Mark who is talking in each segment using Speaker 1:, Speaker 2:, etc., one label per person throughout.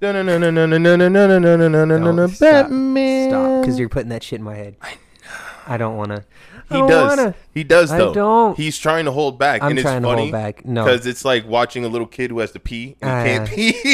Speaker 1: No, no, no, no, no, no, no, no, no, no, no, no, no, no, no, no,
Speaker 2: No, stop.
Speaker 1: Batman.
Speaker 2: Stop, because you're putting that shit in my head. I don't want to.
Speaker 1: He does. He does
Speaker 2: I
Speaker 1: though.
Speaker 2: don't.
Speaker 1: He's trying to hold back,
Speaker 2: I'm
Speaker 1: and it's
Speaker 2: trying to hold
Speaker 1: funny
Speaker 2: back. No.
Speaker 1: because it's like watching a little kid who has to pee and
Speaker 2: Ah.
Speaker 1: he can't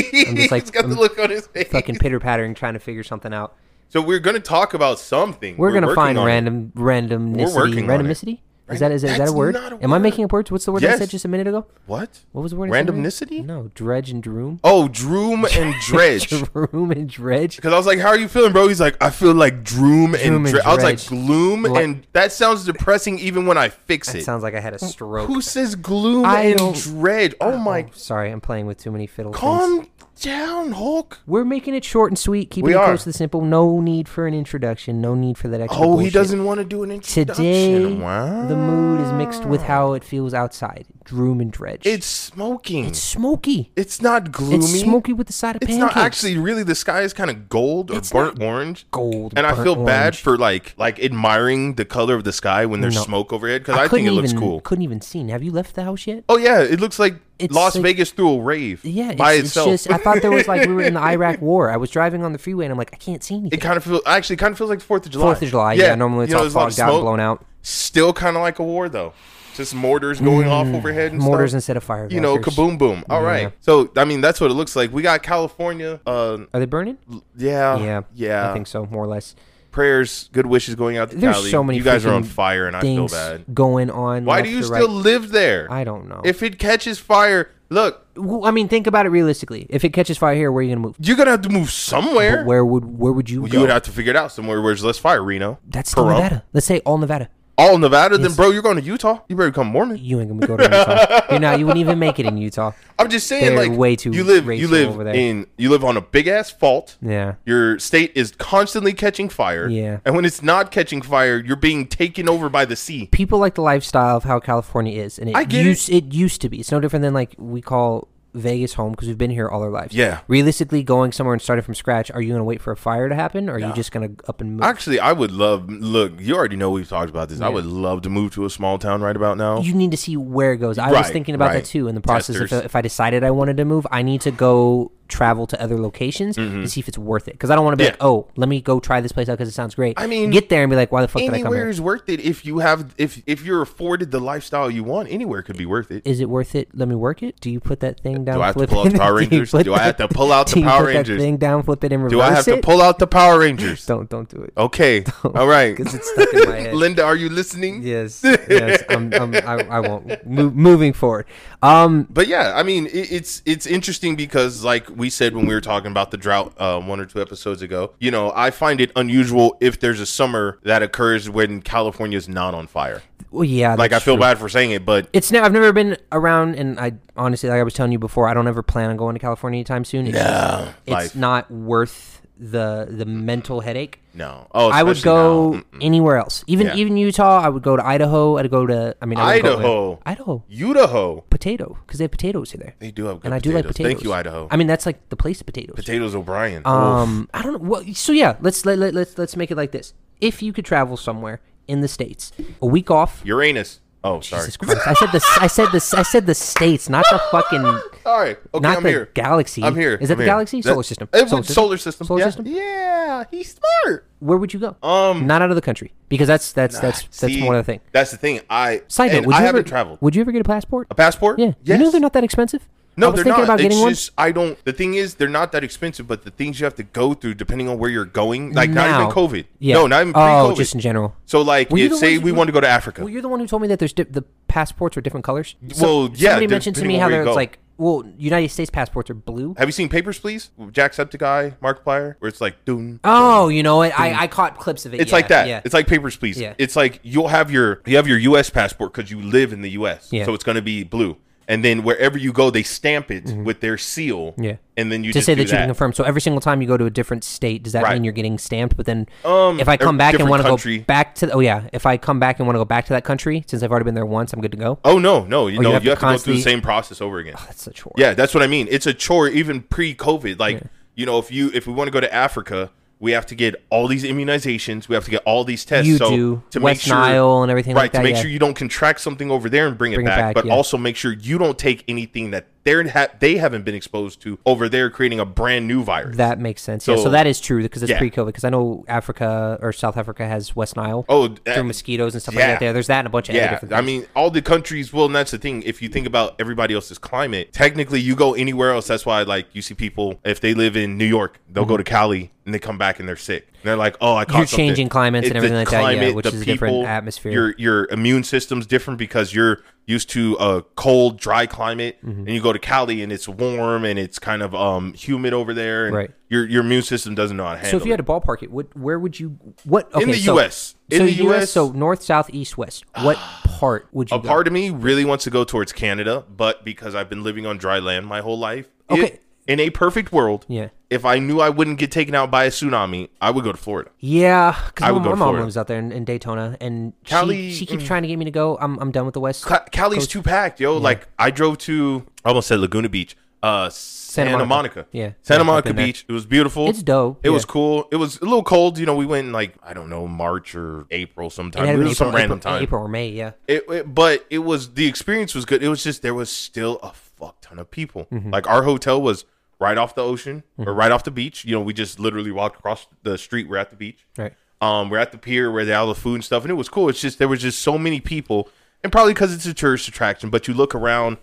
Speaker 1: pee.
Speaker 2: I'm just like-
Speaker 1: He's got
Speaker 2: I'm
Speaker 1: the look on his face.
Speaker 2: Fucking pitter pattering, trying to figure something out.
Speaker 1: So we're gonna talk about something.
Speaker 2: We're, gonna
Speaker 1: working
Speaker 2: find
Speaker 1: on it.
Speaker 2: random randomnicity.
Speaker 1: working on it.
Speaker 2: randomnicity. Is that is, that- is that
Speaker 1: That's
Speaker 2: a word?
Speaker 1: not a
Speaker 2: Am I
Speaker 1: word.
Speaker 2: making up words? What's the word I said
Speaker 1: Yes.
Speaker 2: just a minute ago?
Speaker 1: What?
Speaker 2: What was the word? I said a minute-
Speaker 1: Randomnicity?
Speaker 2: No, dredge and droom.
Speaker 1: Oh, Droom and Dredge.
Speaker 2: Droom and dredge.
Speaker 1: Because I was like, "How are you feeling, bro?" He's like, "I feel like Droom,
Speaker 2: Droom
Speaker 1: and,
Speaker 2: and
Speaker 1: dredge. I was like,
Speaker 2: Dredge.
Speaker 1: "Gloom,"
Speaker 2: Like-
Speaker 1: and that sounds depressing even when I fix
Speaker 2: That
Speaker 1: it.
Speaker 2: sounds like I had a stroke.
Speaker 1: Who says gloom
Speaker 2: I
Speaker 1: and
Speaker 2: don't-
Speaker 1: dredge? Oh my!
Speaker 2: Sorry, I'm playing with too many fiddle. things.
Speaker 1: Calm down, Hulk.
Speaker 2: We're making it short and sweet, keeping
Speaker 1: We
Speaker 2: it
Speaker 1: are.
Speaker 2: close to the simple. No need for an introduction. No need for that extra.
Speaker 1: Oh, he
Speaker 2: bullshit.
Speaker 1: doesn't want to do an introduction.
Speaker 2: Today,
Speaker 1: wow.
Speaker 2: the mood is mixed with how it feels outside. Droom and dredge.
Speaker 1: It's smoking. It's,
Speaker 2: smoky.
Speaker 1: not gloomy.
Speaker 2: It's smoky with the side of
Speaker 1: It's
Speaker 2: pancakes.
Speaker 1: not actually really. The sky is kind of gold or
Speaker 2: It's
Speaker 1: burnt orange.
Speaker 2: gold.
Speaker 1: And I
Speaker 2: burnt
Speaker 1: feel bad
Speaker 2: orange.
Speaker 1: for like like admiring the color of the sky when there's
Speaker 2: No.
Speaker 1: smoke overhead because I, think
Speaker 2: couldn't
Speaker 1: it looks
Speaker 2: even-
Speaker 1: cool.
Speaker 2: Couldn't even see. Have you left the house yet?
Speaker 1: Oh yeah, it looks like
Speaker 2: It's
Speaker 1: Las
Speaker 2: like-
Speaker 1: Vegas through a rave.
Speaker 2: Yeah, it's,
Speaker 1: by
Speaker 2: it's
Speaker 1: itself.
Speaker 2: just I thought there was like we were in the Iraq War. I was driving on the freeway and I'm like I can't see anything.
Speaker 1: it kind of feels actually kind of feels like the Fourth of July.
Speaker 2: Fourth of July, yeah. normally it's
Speaker 1: you know,
Speaker 2: all
Speaker 1: there's a lot of
Speaker 2: fogged out, and
Speaker 1: smoke.
Speaker 2: blown out.
Speaker 1: still kind of like a war though. Just mortars going off overhead and
Speaker 2: Mm, Mortars
Speaker 1: stuff.
Speaker 2: instead of firecrackers.
Speaker 1: you know, kaboom boom. All right.
Speaker 2: Yeah.
Speaker 1: So I mean, that's what it looks like. We got California. Uh,
Speaker 2: Are they burning?
Speaker 1: yeah,
Speaker 2: yeah,
Speaker 1: yeah.
Speaker 2: I think so, more or less.
Speaker 1: Prayers, good wishes going out to
Speaker 2: There's
Speaker 1: Cali.
Speaker 2: so many
Speaker 1: You guys are on
Speaker 2: freaking
Speaker 1: fire, and I feel
Speaker 2: Things
Speaker 1: bad.
Speaker 2: going on.
Speaker 1: Why
Speaker 2: left
Speaker 1: do you
Speaker 2: to
Speaker 1: still
Speaker 2: Right.
Speaker 1: live there?
Speaker 2: I don't know.
Speaker 1: If it catches fire, look,
Speaker 2: Well, I mean, think about it realistically. If it catches fire here, where are you gonna move?
Speaker 1: you're gonna have to move somewhere.
Speaker 2: But where would where would you,
Speaker 1: you
Speaker 2: go?
Speaker 1: would have to figure it out somewhere where there's less fire. Reno.
Speaker 2: That's still
Speaker 1: Perot.
Speaker 2: Nevada. Let's say all Nevada.
Speaker 1: All Nevada. Then, bro, you're going to Utah. You better become Mormon.
Speaker 2: You ain't gonna go to Utah. You're not. You wouldn't even make it in Utah.
Speaker 1: I'm just saying,
Speaker 2: They're
Speaker 1: like,
Speaker 2: way too
Speaker 1: you live, you
Speaker 2: racial
Speaker 1: live
Speaker 2: over there.
Speaker 1: in, you live on a big ass fault.
Speaker 2: Yeah.
Speaker 1: Your state is constantly catching fire.
Speaker 2: Yeah.
Speaker 1: And when it's not catching fire, you're being taken over by the sea.
Speaker 2: People like the lifestyle of how California is, and it
Speaker 1: I get
Speaker 2: used it. used to be. It's no different than like we call Vegas home because we've been here all our lives.
Speaker 1: Yeah.
Speaker 2: Realistically, going somewhere and starting from scratch, are you gonna wait for a fire to happen, or are you just gonna up and move?
Speaker 1: Actually, I would love. Look, you already know we've talked about this. I would love to move to a small town right about now.
Speaker 2: you need to see where it goes. I was
Speaker 1: Oh. Right,
Speaker 2: thinking about
Speaker 1: right.
Speaker 2: that too in the process. If,
Speaker 1: Testers.
Speaker 2: if I decided I wanted to move, I need to go travel to other locations to see if it's worth it. Because I don't want to be
Speaker 1: Mm-hmm. Yeah.
Speaker 2: like, oh, let me go try this place out because it sounds great.
Speaker 1: I mean,
Speaker 2: get there and be like, why the fuck did I come
Speaker 1: anywhere
Speaker 2: here?
Speaker 1: is worth it if you have if if you're afforded the lifestyle you want. Anywhere could be worth it.
Speaker 2: Is it worth it? Let me work it. Do you put that thing down?
Speaker 1: Do I have to
Speaker 2: flip
Speaker 1: pull out
Speaker 2: it?
Speaker 1: the Power
Speaker 2: Do you
Speaker 1: Rangers?
Speaker 2: put
Speaker 1: Do I have to
Speaker 2: that-
Speaker 1: pull out
Speaker 2: do
Speaker 1: the
Speaker 2: you
Speaker 1: Power
Speaker 2: put that
Speaker 1: Rangers?
Speaker 2: thing down, flip it, and reverse
Speaker 1: Do I have to
Speaker 2: it?
Speaker 1: pull out the Power Rangers?
Speaker 2: Don't don't do it.
Speaker 1: Okay. All right.
Speaker 2: 'Cause it's stuck in my head.
Speaker 1: Linda, are you listening?
Speaker 2: Yes, yes. I'm, I'm, I, I won't. Mo- moving forward. Um,
Speaker 1: But yeah, I mean, it, it's it's interesting because, like we said when we were talking about the drought uh, one or two episodes ago, you know, I find it unusual if there's a summer that occurs when California is not on fire.
Speaker 2: well, yeah.
Speaker 1: Like I
Speaker 2: that's
Speaker 1: feel
Speaker 2: true.
Speaker 1: bad for saying it, but
Speaker 2: It's now. I've never been around, and I honestly, like I was telling you before, I don't ever plan on going to California anytime soon. It's, just- it's
Speaker 1: life.
Speaker 2: not worth the the mental headache.
Speaker 1: no. Oh,
Speaker 2: I would
Speaker 1: especially
Speaker 2: go
Speaker 1: now. Mm.
Speaker 2: anywhere else, even
Speaker 1: Yeah.
Speaker 2: even Utah. I would go to Idaho. I'd go to. I mean, I would go to-
Speaker 1: Idaho.
Speaker 2: Idaho,
Speaker 1: Idaho.
Speaker 2: potato, because they have potatoes here.
Speaker 1: They do have good
Speaker 2: and I do
Speaker 1: potatoes.
Speaker 2: like potatoes.
Speaker 1: Thank you, Idaho.
Speaker 2: I mean, that's like the place of potatoes.
Speaker 1: potatoes O'Brien. Oof.
Speaker 2: Um, I don't know. Well, so yeah, let's let, let let's let's make it like this. If you could travel somewhere in the states, a week off.
Speaker 1: Uranus. Oh, sorry.
Speaker 2: Jesus Christ! I said the I said the I said the states, not the fucking
Speaker 1: All right. Okay,
Speaker 2: not
Speaker 1: I'm
Speaker 2: the
Speaker 1: here.
Speaker 2: galaxy.
Speaker 1: I'm here.
Speaker 2: Is that
Speaker 1: I'm
Speaker 2: the
Speaker 1: here.
Speaker 2: galaxy?
Speaker 1: That-
Speaker 2: solar system.
Speaker 1: It was
Speaker 2: solar
Speaker 1: solar,
Speaker 2: system.
Speaker 1: system.
Speaker 2: Solar
Speaker 1: yeah.
Speaker 2: system?
Speaker 1: Yeah, he's smart.
Speaker 2: Where would you go?
Speaker 1: Um,
Speaker 2: Not out of the country because that's that's that's that's
Speaker 1: See,
Speaker 2: more of the thing.
Speaker 1: That's the thing. I
Speaker 2: Side
Speaker 1: and
Speaker 2: note: Would
Speaker 1: I
Speaker 2: you
Speaker 1: haven't
Speaker 2: ever
Speaker 1: traveled.
Speaker 2: Would you ever get a passport?
Speaker 1: a passport?
Speaker 2: yeah. You know they're not that expensive. I
Speaker 1: No,
Speaker 2: was
Speaker 1: they're
Speaker 2: thinking
Speaker 1: not.
Speaker 2: about getting
Speaker 1: it's
Speaker 2: one.
Speaker 1: just I don't. The thing is, they're not that expensive. But the things you have to go through, depending on where you're going, like
Speaker 2: Now.
Speaker 1: not even COVID.
Speaker 2: Yeah.
Speaker 1: No, not even
Speaker 2: Oh,
Speaker 1: pre-COVID.
Speaker 2: just in general.
Speaker 1: So like,
Speaker 2: Were you
Speaker 1: if,
Speaker 2: the
Speaker 1: say
Speaker 2: ones
Speaker 1: we
Speaker 2: who-
Speaker 1: want to go to Africa.
Speaker 2: Well, you're the one who told me that there's di- the passports are different colors.
Speaker 1: Well, yeah,
Speaker 2: Somebody
Speaker 1: they're
Speaker 2: mentioned to
Speaker 1: depending
Speaker 2: me
Speaker 1: on
Speaker 2: how
Speaker 1: where you
Speaker 2: they're
Speaker 1: go.
Speaker 2: it's like, well, United States passports are blue.
Speaker 1: have you seen Papers, Please? Jacksepticeye, Markiplier, where it's like, doom.
Speaker 2: Oh, you know what? I, I caught clips of it.
Speaker 1: It's
Speaker 2: yeah,
Speaker 1: like that.
Speaker 2: Yeah.
Speaker 1: It's like papers, please.
Speaker 2: Yeah.
Speaker 1: It's like you'll have your you have your U.S. passport because you live in the U.S.
Speaker 2: Yeah.
Speaker 1: So it's going to be blue, and then wherever you go, they stamp it with their seal.
Speaker 2: Mm-hmm. Yeah.
Speaker 1: and then you
Speaker 2: to
Speaker 1: just
Speaker 2: say
Speaker 1: do
Speaker 2: that, you
Speaker 1: that.
Speaker 2: can confirm. So every single time you go to a different state, does that
Speaker 1: Right.
Speaker 2: mean you're getting stamped? But then,
Speaker 1: Um,
Speaker 2: if I come
Speaker 1: every-
Speaker 2: back and
Speaker 1: different
Speaker 2: want to
Speaker 1: country.
Speaker 2: go back to, oh yeah, if I come back and want to go back to that country, since I've already been there once, I'm good to go.
Speaker 1: Oh no, no, you
Speaker 2: you
Speaker 1: know you have,
Speaker 2: have
Speaker 1: to
Speaker 2: to
Speaker 1: go through
Speaker 2: constantly-
Speaker 1: the same process over again.
Speaker 2: That's such horror.
Speaker 1: Yeah, that's what I mean. It's a chore even pre-COVID. Like, you know, if you if we want to go to Africa, we have to get all these immunizations, we have to get all these tests.
Speaker 2: You
Speaker 1: so
Speaker 2: do.
Speaker 1: to
Speaker 2: West
Speaker 1: make sure,
Speaker 2: Nile and everything
Speaker 1: right,
Speaker 2: like that,
Speaker 1: to make
Speaker 2: yeah.
Speaker 1: sure you don't contract something over there and bring,
Speaker 2: Bring
Speaker 1: it
Speaker 2: it
Speaker 1: back,
Speaker 2: back,
Speaker 1: but
Speaker 2: yeah.
Speaker 1: also make sure you don't take anything that they're ha- they haven't been exposed to over there creating a brand new virus.
Speaker 2: That makes sense. yeah, so
Speaker 1: So-
Speaker 2: that is true because it's
Speaker 1: Yeah.
Speaker 2: pre-COVID. Because I know Africa or South Africa has West Nile
Speaker 1: oh, that-
Speaker 2: through mosquitoes and stuff like
Speaker 1: yeah.
Speaker 2: that. There, there's that and a bunch of other
Speaker 1: Yeah,
Speaker 2: different
Speaker 1: I
Speaker 2: things.
Speaker 1: mean, all the countries. Well, and that's the thing. If you think about everybody else's climate, technically, you go anywhere else. That's why, like, you see people if they live in New York, they'll go to Cali and they come back and they're sick. And they're like, "Oh, I caught
Speaker 2: Mm-hmm. You're
Speaker 1: something."
Speaker 2: changing climates and
Speaker 1: It's the
Speaker 2: everything like that, yeah,
Speaker 1: climate,
Speaker 2: which
Speaker 1: the
Speaker 2: is a different
Speaker 1: people,
Speaker 2: atmosphere.
Speaker 1: Your your immune system's different because you're used to a cold, dry climate,
Speaker 2: Mm-hmm.
Speaker 1: and you go to Cali and it's warm and it's kind of um humid over there, and
Speaker 2: Right.
Speaker 1: your your immune system doesn't know how to handle.
Speaker 2: so if you
Speaker 1: it.
Speaker 2: had to ballpark it, what where would you what okay,
Speaker 1: In the
Speaker 2: so,
Speaker 1: US. In
Speaker 2: so
Speaker 1: the US.
Speaker 2: so north, south, east, west. What part would you
Speaker 1: A
Speaker 2: go?
Speaker 1: part of me really wants to go towards Canada, but because I've been living on dry land my whole life, it-
Speaker 2: Okay.
Speaker 1: in a perfect world,
Speaker 2: Yeah.
Speaker 1: if I knew I wouldn't get taken out by a tsunami, I would go to Florida.
Speaker 2: Yeah,
Speaker 1: I
Speaker 2: because my,
Speaker 1: would go
Speaker 2: my
Speaker 1: to
Speaker 2: mom
Speaker 1: Florida.
Speaker 2: lives out there in, in Daytona, and
Speaker 1: Cali-
Speaker 2: she, she keeps trying to get me to go. I'm, I'm done with the West.
Speaker 1: Ca- Cali's too packed, yo. Like I drove to, I almost said Laguna Beach, uh, Santa,
Speaker 2: Monica.
Speaker 1: Monica.
Speaker 2: Yeah. Yeah,
Speaker 1: Santa
Speaker 2: I've
Speaker 1: Monica
Speaker 2: been there.
Speaker 1: Beach. It was beautiful.
Speaker 2: It's dope,
Speaker 1: It was
Speaker 2: yeah.
Speaker 1: cool. It was a little cold. You know, we went in like I don't know March or April sometime.
Speaker 2: It had
Speaker 1: It,
Speaker 2: to be
Speaker 1: was some
Speaker 2: April-
Speaker 1: random
Speaker 2: April-
Speaker 1: time.
Speaker 2: April or May. Yeah,
Speaker 1: It, it- but it was the experience was good. It was just there was still a fuck ton of people.
Speaker 2: Mm-hmm.
Speaker 1: Like our hotel was right off the ocean or right off the beach. You know, we just literally walked across the street. We're at the beach.
Speaker 2: Right.
Speaker 1: Um, we're at the pier where they have all the food and stuff, and it was cool. It's just there was just so many people, and probably because it's a tourist attraction. But you look around,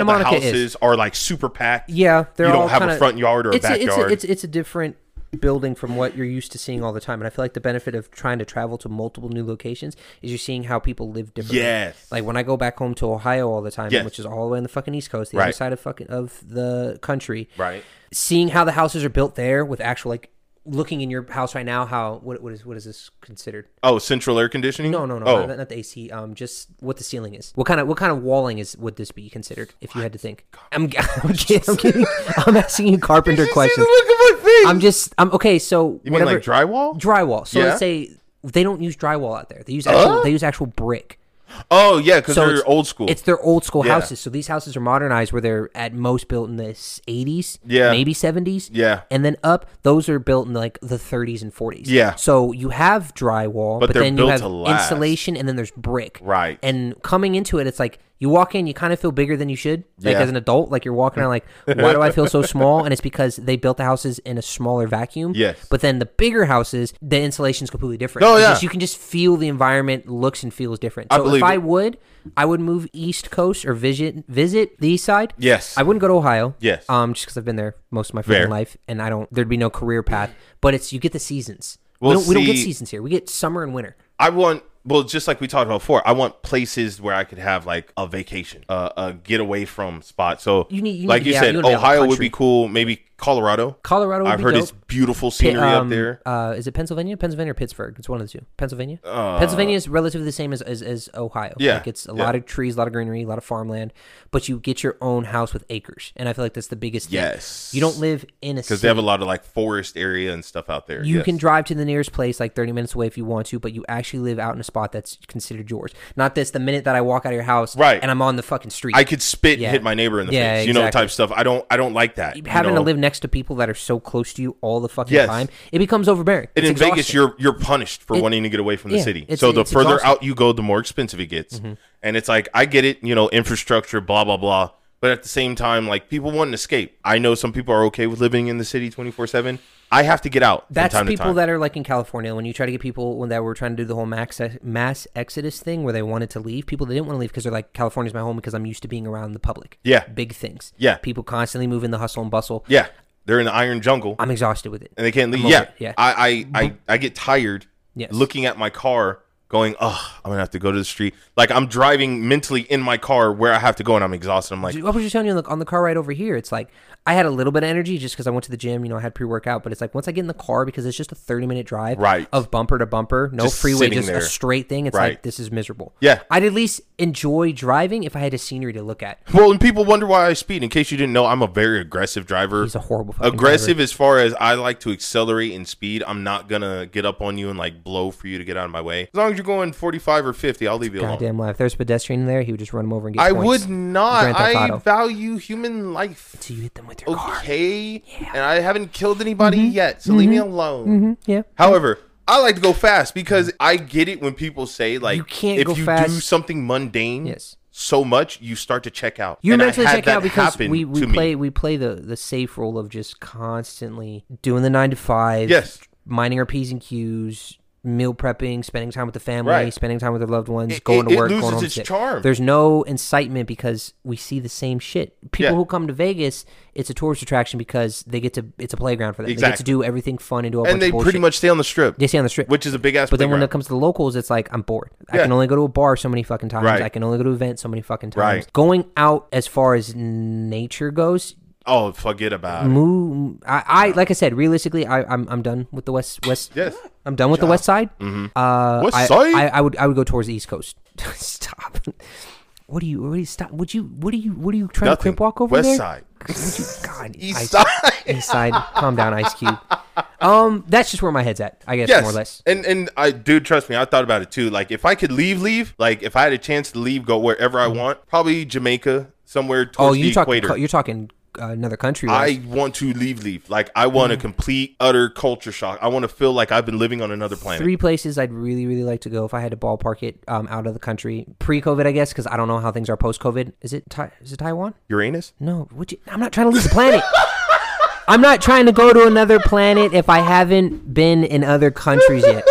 Speaker 1: all the
Speaker 2: Monica is.
Speaker 1: houses are like super packed.
Speaker 2: yeah. They're
Speaker 1: you don't
Speaker 2: all
Speaker 1: have
Speaker 2: kinda,
Speaker 1: a front yard or a
Speaker 2: it's A,
Speaker 1: backyard.
Speaker 2: it's, a, it's it's a different building from what you're used to seeing all the time, and I feel like the benefit of trying to travel to multiple new locations is you're seeing how people live differently.
Speaker 1: Yes.
Speaker 2: Like when I go back home to Ohio all the time,
Speaker 1: Yes.
Speaker 2: which is all the way on the fucking East Coast, the other
Speaker 1: Right.
Speaker 2: side of fucking of the country.
Speaker 1: Right.
Speaker 2: Seeing how the houses are built there with actual like looking in your house right now, how what what is what is this considered?
Speaker 1: oh, central air conditioning.
Speaker 2: No, no, no,
Speaker 1: Oh,
Speaker 2: not, not the AC. Um, just what the ceiling is. What kind of what kind of walling is would this be considered if you had to think? I'm I'm, kidding, I'm, kidding. I'm asking you carpenter
Speaker 1: Did you see the
Speaker 2: questions.
Speaker 1: look of my face?
Speaker 2: I'm just I'm okay. So
Speaker 1: you mean
Speaker 2: whatever
Speaker 1: like drywall?
Speaker 2: drywall. So
Speaker 1: Yeah.
Speaker 2: let's say they don't use drywall out there. They use actual, they use actual brick.
Speaker 1: oh yeah, because
Speaker 2: So
Speaker 1: they're
Speaker 2: it's-
Speaker 1: old school.
Speaker 2: It's their old school
Speaker 1: Yeah.
Speaker 2: houses. So these houses are modernized where they're at most built in the s- 80s,
Speaker 1: Yeah.
Speaker 2: maybe 70s.
Speaker 1: Yeah.
Speaker 2: And then up, those are built in like the 30s and 40s.
Speaker 1: Yeah.
Speaker 2: So you have drywall, but,
Speaker 1: But they're
Speaker 2: then you
Speaker 1: built
Speaker 2: have
Speaker 1: to last.
Speaker 2: insulation and then there's brick.
Speaker 1: Right.
Speaker 2: And coming into it, it's like you walk in, you kind of feel bigger than you should. Like
Speaker 1: Yeah.
Speaker 2: as an adult, like you're walking around like, why do I feel so small? And it's because they built the houses in a smaller vacuum.
Speaker 1: Yes.
Speaker 2: But then the bigger houses, the insulation is completely different.
Speaker 1: Oh,
Speaker 2: It's
Speaker 1: yeah.
Speaker 2: just- you can just feel the environment looks and feels different. So if
Speaker 1: believe
Speaker 2: I
Speaker 1: it.
Speaker 2: would, I would move East Coast or visit visit the East Side.
Speaker 1: Yes.
Speaker 2: I wouldn't go to Ohio.
Speaker 1: Yes.
Speaker 2: um, just because I've been there most of my
Speaker 1: Fair.
Speaker 2: fucking life, and I don't. There'd be no career path, but it's you get the seasons. we
Speaker 1: Well,
Speaker 2: don't, we don't get
Speaker 1: see-
Speaker 2: seasons here. We get summer and winter.
Speaker 1: I want well, just like we talked about before, I want places where I could have like a vacation, uh, a getaway from spot. So
Speaker 2: You need- you need
Speaker 1: like
Speaker 2: to be
Speaker 1: you
Speaker 2: out-
Speaker 1: said,
Speaker 2: you wanna be out in the
Speaker 1: Ohio would
Speaker 2: country.
Speaker 1: be cool. Maybe Colorado.
Speaker 2: Colorado would
Speaker 1: I've
Speaker 2: be
Speaker 1: heard
Speaker 2: dope.
Speaker 1: it's beautiful scenery up
Speaker 2: Um,
Speaker 1: there.
Speaker 2: Uh, is it Pennsylvania? Pennsylvania or Pittsburgh? It's one of the two. Pennsylvania. Pennsylvania is relatively the same as as, as Ohio.
Speaker 1: Uh, Yeah,
Speaker 2: like it's a
Speaker 1: yeah.
Speaker 2: lot of trees, a lot of greenery, a lot of farmland, but you get your own house with acres, and I feel like that's the biggest. thing.
Speaker 1: Yes.
Speaker 2: you don't live in a
Speaker 1: Because they have a lot of like forest area and stuff out there.
Speaker 2: You
Speaker 1: Yes.
Speaker 2: can drive to the nearest place like 30 minutes away if you want to, but you actually live out in a spot that's considered yours. Not this the minute that I walk out of your house
Speaker 1: Right.
Speaker 2: and I'm on the fucking street.
Speaker 1: I could spit and
Speaker 2: Yeah.
Speaker 1: hit my neighbor in the
Speaker 2: Yeah,
Speaker 1: face, you know,
Speaker 2: exactly.
Speaker 1: type stuff. I don't I don't like that. you
Speaker 2: Having
Speaker 1: know?
Speaker 2: to live next to people that are so close to you all the fucking
Speaker 1: Yes.
Speaker 2: time, it becomes overbearing.
Speaker 1: and
Speaker 2: It's
Speaker 1: in Vegas
Speaker 2: exhausting.
Speaker 1: you're you're punished for wanting to get away from the
Speaker 2: yeah,
Speaker 1: city.
Speaker 2: it's-
Speaker 1: So the
Speaker 2: it's
Speaker 1: further
Speaker 2: exhausting. Mm-hmm.
Speaker 1: out you go, the more expensive it gets. And it's like I get it, you know, infrastructure, blah blah blah. But at the same time, like people want an escape. I know some people are okay with living in the city twenty four seven. I have to get out. from
Speaker 2: That's
Speaker 1: time to
Speaker 2: people
Speaker 1: time.
Speaker 2: that are like in California. When you try to get people when that were trying to do the whole max mass exodus thing, where they wanted to leave, people they didn't want to leave because they're like California's my home because I'm used to being around the public.
Speaker 1: Yeah.
Speaker 2: big things.
Speaker 1: Yeah.
Speaker 2: people constantly move in the hustle and bustle.
Speaker 1: yeah, they're in the iron jungle
Speaker 2: I'm exhausted with it.
Speaker 1: and they can't leave.
Speaker 2: over
Speaker 1: Yeah,
Speaker 2: it, yeah. Mm-hmm.
Speaker 1: I I, I I get tired
Speaker 2: Yes.
Speaker 1: looking at my car. Going, oh, I'm gonna have to go to the street. Like I'm driving mentally in my car where I have to go, and I'm exhausted. I'm like,
Speaker 2: I was just telling you like on the car ride over here. It's like I had a little bit of energy just because I went to the gym. You know, I had pre workout, but it's like once I get in the car because it's just a thirty minute drive,
Speaker 1: Right.
Speaker 2: Of bumper to bumper, no
Speaker 1: Just
Speaker 2: freeway,
Speaker 1: sitting
Speaker 2: just a
Speaker 1: there.
Speaker 2: straight thing. It's like
Speaker 1: Right.
Speaker 2: this is miserable.
Speaker 1: Yeah.
Speaker 2: I'd at least enjoy driving if I had a scenery to look at.
Speaker 1: Well, and people wonder why I speed. In case you didn't know, I'm a very aggressive driver.
Speaker 2: He's a horrible fucking
Speaker 1: aggressive as far as I like to accelerate and speed. I'm not gonna get up on you and like blow for you to get out of my way. As long as you're going 45 or 50, I'll leave you alone.
Speaker 2: Goddamn life. There's a pedestrian there. He would just run him over and get.
Speaker 1: I
Speaker 2: points.
Speaker 1: would not.
Speaker 2: Grand Theft Auto.
Speaker 1: I value human life.
Speaker 2: So you hit them with
Speaker 1: Oh.
Speaker 2: your car. Mm-hmm.
Speaker 1: Okay, and I haven't killed anybody yet, so leave me alone.
Speaker 2: Yeah.
Speaker 1: However, I like to go fast because I get it when people say like
Speaker 2: You can't
Speaker 1: if
Speaker 2: go
Speaker 1: you do
Speaker 2: fast.
Speaker 1: something mundane,
Speaker 2: Yes.
Speaker 1: so much, you start to check out.
Speaker 2: You
Speaker 1: And I
Speaker 2: mentally
Speaker 1: had
Speaker 2: check
Speaker 1: that
Speaker 2: out because
Speaker 1: happen
Speaker 2: we, we
Speaker 1: to me.
Speaker 2: play we play the the safe role of just constantly doing the nine to five,
Speaker 1: Yes.
Speaker 2: minding our p's and q's, meal prepping, spending time with the family,
Speaker 1: Right.
Speaker 2: spending time with their loved ones,
Speaker 1: It-
Speaker 2: going
Speaker 1: it-
Speaker 2: to
Speaker 1: it
Speaker 2: work, going
Speaker 1: loses
Speaker 2: home
Speaker 1: its
Speaker 2: sick.
Speaker 1: charm.
Speaker 2: There's no incitement because we see the same shit. People
Speaker 1: Yeah.
Speaker 2: who come to Vegas, it's a tourist attraction because they get to it's a playground for them. They get to
Speaker 1: Exactly.
Speaker 2: do everything fun and do all.
Speaker 1: and they pretty much stay on the strip,
Speaker 2: they stay on the strip.
Speaker 1: which is a big ass.
Speaker 2: But then when
Speaker 1: playground.
Speaker 2: it comes to the locals, it's like I'm bored. I
Speaker 1: Yeah.
Speaker 2: can only go to a bar so many fucking times.
Speaker 1: Right.
Speaker 2: I can only go to events so many fucking times.
Speaker 1: Right.
Speaker 2: Going out as far as nature goes,
Speaker 1: oh, forget about
Speaker 2: Mm,
Speaker 1: it.
Speaker 2: move. I, I like I said, realistically, I, I'm I'm done with the west west.
Speaker 1: Yes.
Speaker 2: I'm done with the west side. Uh,
Speaker 1: West
Speaker 2: I,
Speaker 1: side?
Speaker 2: I, I would I would go towards the east coast. stop. What do you? What do you stop? Would you? What do you? What are you trying to
Speaker 1: Nothing.
Speaker 2: crip walk over
Speaker 1: West
Speaker 2: there?
Speaker 1: side.
Speaker 2: Would you- God,
Speaker 1: East
Speaker 2: Ice-
Speaker 1: side.
Speaker 2: East side. Calm down, Ice Cube. Um, that's just where my head's at. I guess
Speaker 1: Yes.
Speaker 2: more or less.
Speaker 1: And and I dude, trust me, I thought about it too. Like if I could leave, leave. Like if I had a chance to leave, go wherever I want. Probably Jamaica, somewhere
Speaker 2: Mm. Oh,
Speaker 1: towards
Speaker 2: you
Speaker 1: the
Speaker 2: talk,
Speaker 1: equator.
Speaker 2: you're talking uh, another country. right?
Speaker 1: I want to leave, leave. Like I want
Speaker 2: Mm.
Speaker 1: a complete utter culture shock. I want to feel like I've been living on another planet.
Speaker 2: Three places I'd really, really like to go if I had to ballpark it um, out of the country pre-COVID, I guess, because I don't know how things are post-COVID. Is it Ti- is it Taiwan?
Speaker 1: Uranus.
Speaker 2: No, would you, I'm not trying to leave the planet. I'm not trying to go to another planet if I haven't been in other countries yet.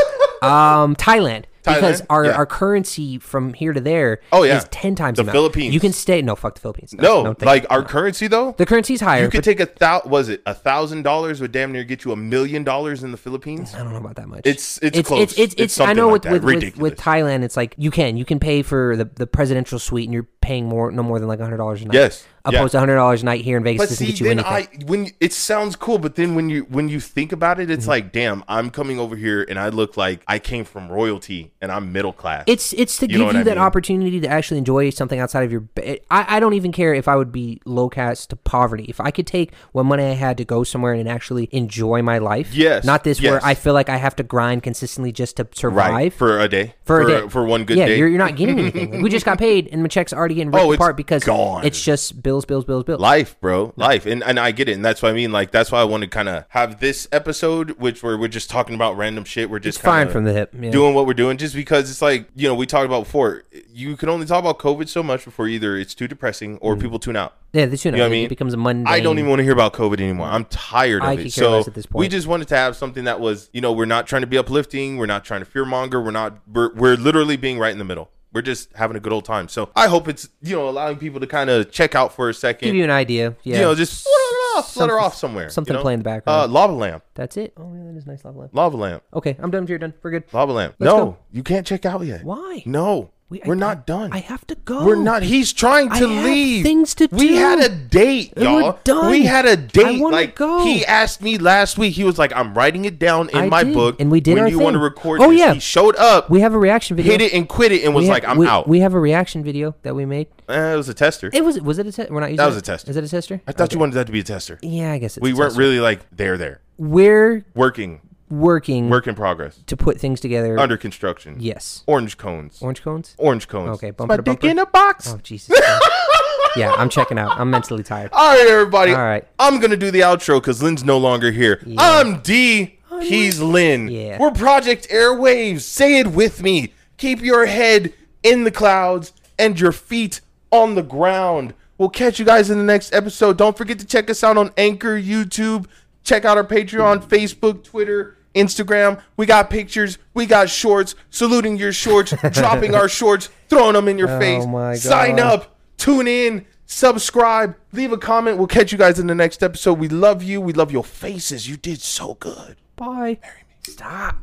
Speaker 2: Um, Thailand. Because
Speaker 1: Thailand?
Speaker 2: our,
Speaker 1: Yeah.
Speaker 2: our currency from here to there
Speaker 1: Oh, yeah.
Speaker 2: is 10 times
Speaker 1: The
Speaker 2: amount.
Speaker 1: Philippines.
Speaker 2: You can stay. No, fuck the Philippines.
Speaker 1: No,
Speaker 2: thank
Speaker 1: like
Speaker 2: you.
Speaker 1: our currency though.
Speaker 2: The currency's higher.
Speaker 1: you could
Speaker 2: but
Speaker 1: take a thou was it a thousand dollars would damn near get you a million dollars in the Philippines.
Speaker 2: I don't know about that much.
Speaker 1: It's- it's
Speaker 2: it's
Speaker 1: close.
Speaker 2: It's, it's,
Speaker 1: It's
Speaker 2: I know
Speaker 1: something like
Speaker 2: with,
Speaker 1: that.
Speaker 2: with, with with
Speaker 1: Ridiculous.
Speaker 2: Thailand, it's like you can you can pay for the, the presidential suite, and you're paying more no more than like hundred dollars a night.
Speaker 1: Yes.
Speaker 2: opposed to hundred dollars a night here in Vegas
Speaker 1: But
Speaker 2: doesn't
Speaker 1: see,
Speaker 2: get you
Speaker 1: then
Speaker 2: anything.
Speaker 1: I when it sounds cool, but then when you when you think about it, it's
Speaker 2: Mm-hmm.
Speaker 1: like, damn, I'm coming over here and I look like I came from royalty and I'm middle class.
Speaker 2: it's it's to
Speaker 1: know
Speaker 2: give
Speaker 1: what
Speaker 2: you
Speaker 1: I
Speaker 2: that
Speaker 1: mean.
Speaker 2: opportunity to actually enjoy something outside of your. ba- I I don't even care if I would be low caste to poverty. If I could take what money I had to go somewhere and actually enjoy my life.
Speaker 1: Yes,
Speaker 2: Not this
Speaker 1: yes.
Speaker 2: where I feel like I have to grind consistently just to survive.
Speaker 1: right for a day
Speaker 2: for, a day.
Speaker 1: for one good
Speaker 2: yeah,
Speaker 1: day.
Speaker 2: You're, you're not getting anything. Like, we just got paid, and my check's already getting ripped
Speaker 1: Oh, it's
Speaker 2: apart because
Speaker 1: gone.
Speaker 2: it's just bills, bills, bills, bills.
Speaker 1: life bro life and, and i get it and that's what i mean like that's why i want to kind of have this episode which where we're just talking about random shit we're just
Speaker 2: it's firing
Speaker 1: kinda
Speaker 2: from the hip. Yeah.
Speaker 1: doing what we're doing just because it's like you know we talked about before you can only talk about covid so much before either it's too depressing
Speaker 2: Mm-hmm.
Speaker 1: or people tune out
Speaker 2: yeah, the tune
Speaker 1: you know what I
Speaker 2: It
Speaker 1: mean?
Speaker 2: becomes a mundane.
Speaker 1: I don't even want to hear about COVID anymore. I'm tired of
Speaker 2: I could
Speaker 1: it.
Speaker 2: care
Speaker 1: So
Speaker 2: less at this
Speaker 1: we
Speaker 2: point.
Speaker 1: just wanted to have something that was, you know, we're not trying to be uplifting. We're not trying to fear monger. We're not. We're we're literally being right in the middle. We're just having a good old time. So I hope it's you know allowing people to kind of check out for a second.
Speaker 2: give you an idea. Yeah.
Speaker 1: You know, just let her off, let her
Speaker 2: Something-
Speaker 1: off somewhere.
Speaker 2: something
Speaker 1: you know?
Speaker 2: to play in the background.
Speaker 1: Uh, lava lamp,
Speaker 2: That's it. Oh, yeah, that is nice level.
Speaker 1: lava lamp,
Speaker 2: Okay, I'm done. You're done. We're good.
Speaker 1: lava lamp.
Speaker 2: Let's
Speaker 1: no,
Speaker 2: go.
Speaker 1: you can't check out yet.
Speaker 2: Why?
Speaker 1: No,
Speaker 2: We-
Speaker 1: we,
Speaker 2: I-
Speaker 1: are
Speaker 2: I-
Speaker 1: not done.
Speaker 2: I have to go.
Speaker 1: We're not. He's trying
Speaker 2: I
Speaker 1: to
Speaker 2: have
Speaker 1: leave.
Speaker 2: things to
Speaker 1: we
Speaker 2: do.
Speaker 1: had a date,
Speaker 2: And we're
Speaker 1: y'all.
Speaker 2: done.
Speaker 1: We had
Speaker 2: I
Speaker 1: a date.
Speaker 2: wanna
Speaker 1: like
Speaker 2: go.
Speaker 1: he asked me last week. He was like, "I'm writing it down in
Speaker 2: I
Speaker 1: my
Speaker 2: did,
Speaker 1: book."
Speaker 2: and we did
Speaker 1: When
Speaker 2: our
Speaker 1: do you want to
Speaker 2: thing.
Speaker 1: record?
Speaker 2: Oh,
Speaker 1: this?"
Speaker 2: yeah.
Speaker 1: He showed up.
Speaker 2: We have a reaction video.
Speaker 1: hit it and quit it, and was
Speaker 2: We
Speaker 1: like,
Speaker 2: have-
Speaker 1: "I'm
Speaker 2: we-
Speaker 1: out."
Speaker 2: We have a reaction video that we made.
Speaker 1: Eh, it was a tester.
Speaker 2: It was was it a test? We're not using
Speaker 1: was
Speaker 2: it?
Speaker 1: a tester.
Speaker 2: Is it a tester?
Speaker 1: I thought you wanted that to be a tester.
Speaker 2: Yeah, I guess it's
Speaker 1: We
Speaker 2: a
Speaker 1: weren't
Speaker 2: tester.
Speaker 1: really like there, there.
Speaker 2: We're
Speaker 1: Working,
Speaker 2: working
Speaker 1: work in progress,
Speaker 2: to put things together.
Speaker 1: under construction.
Speaker 2: yes.
Speaker 1: Orange cones.
Speaker 2: Orange cones.
Speaker 1: Orange cones.
Speaker 2: Okay,
Speaker 1: It's
Speaker 2: bumper
Speaker 1: my
Speaker 2: to
Speaker 1: dick
Speaker 2: bumper.
Speaker 1: in a box.
Speaker 2: Oh Jesus. yeah, I'm checking out. I'm mentally tired.
Speaker 1: All right, everybody.
Speaker 2: All right.
Speaker 1: I'm going to do the outro because Lynn's no longer here. I'm D. He's Lynn.
Speaker 2: Yeah.
Speaker 1: We're Project Airwaves. Say it with me. Keep your head in the clouds and your feet on the ground. We'll catch you guys in the next episode. Don't forget to check us out on Anchor, YouTube. Check out our Patreon, Facebook, Twitter, Instagram. We got pictures. We got shorts. Saluting your shorts, dropping our shorts, throwing them in your face.
Speaker 2: my
Speaker 1: Sign up
Speaker 2: God.
Speaker 1: up, tune in, subscribe, leave a comment. We'll catch you guys in the next episode. We love you. We love your faces. You did so good.
Speaker 2: Bye. Stop.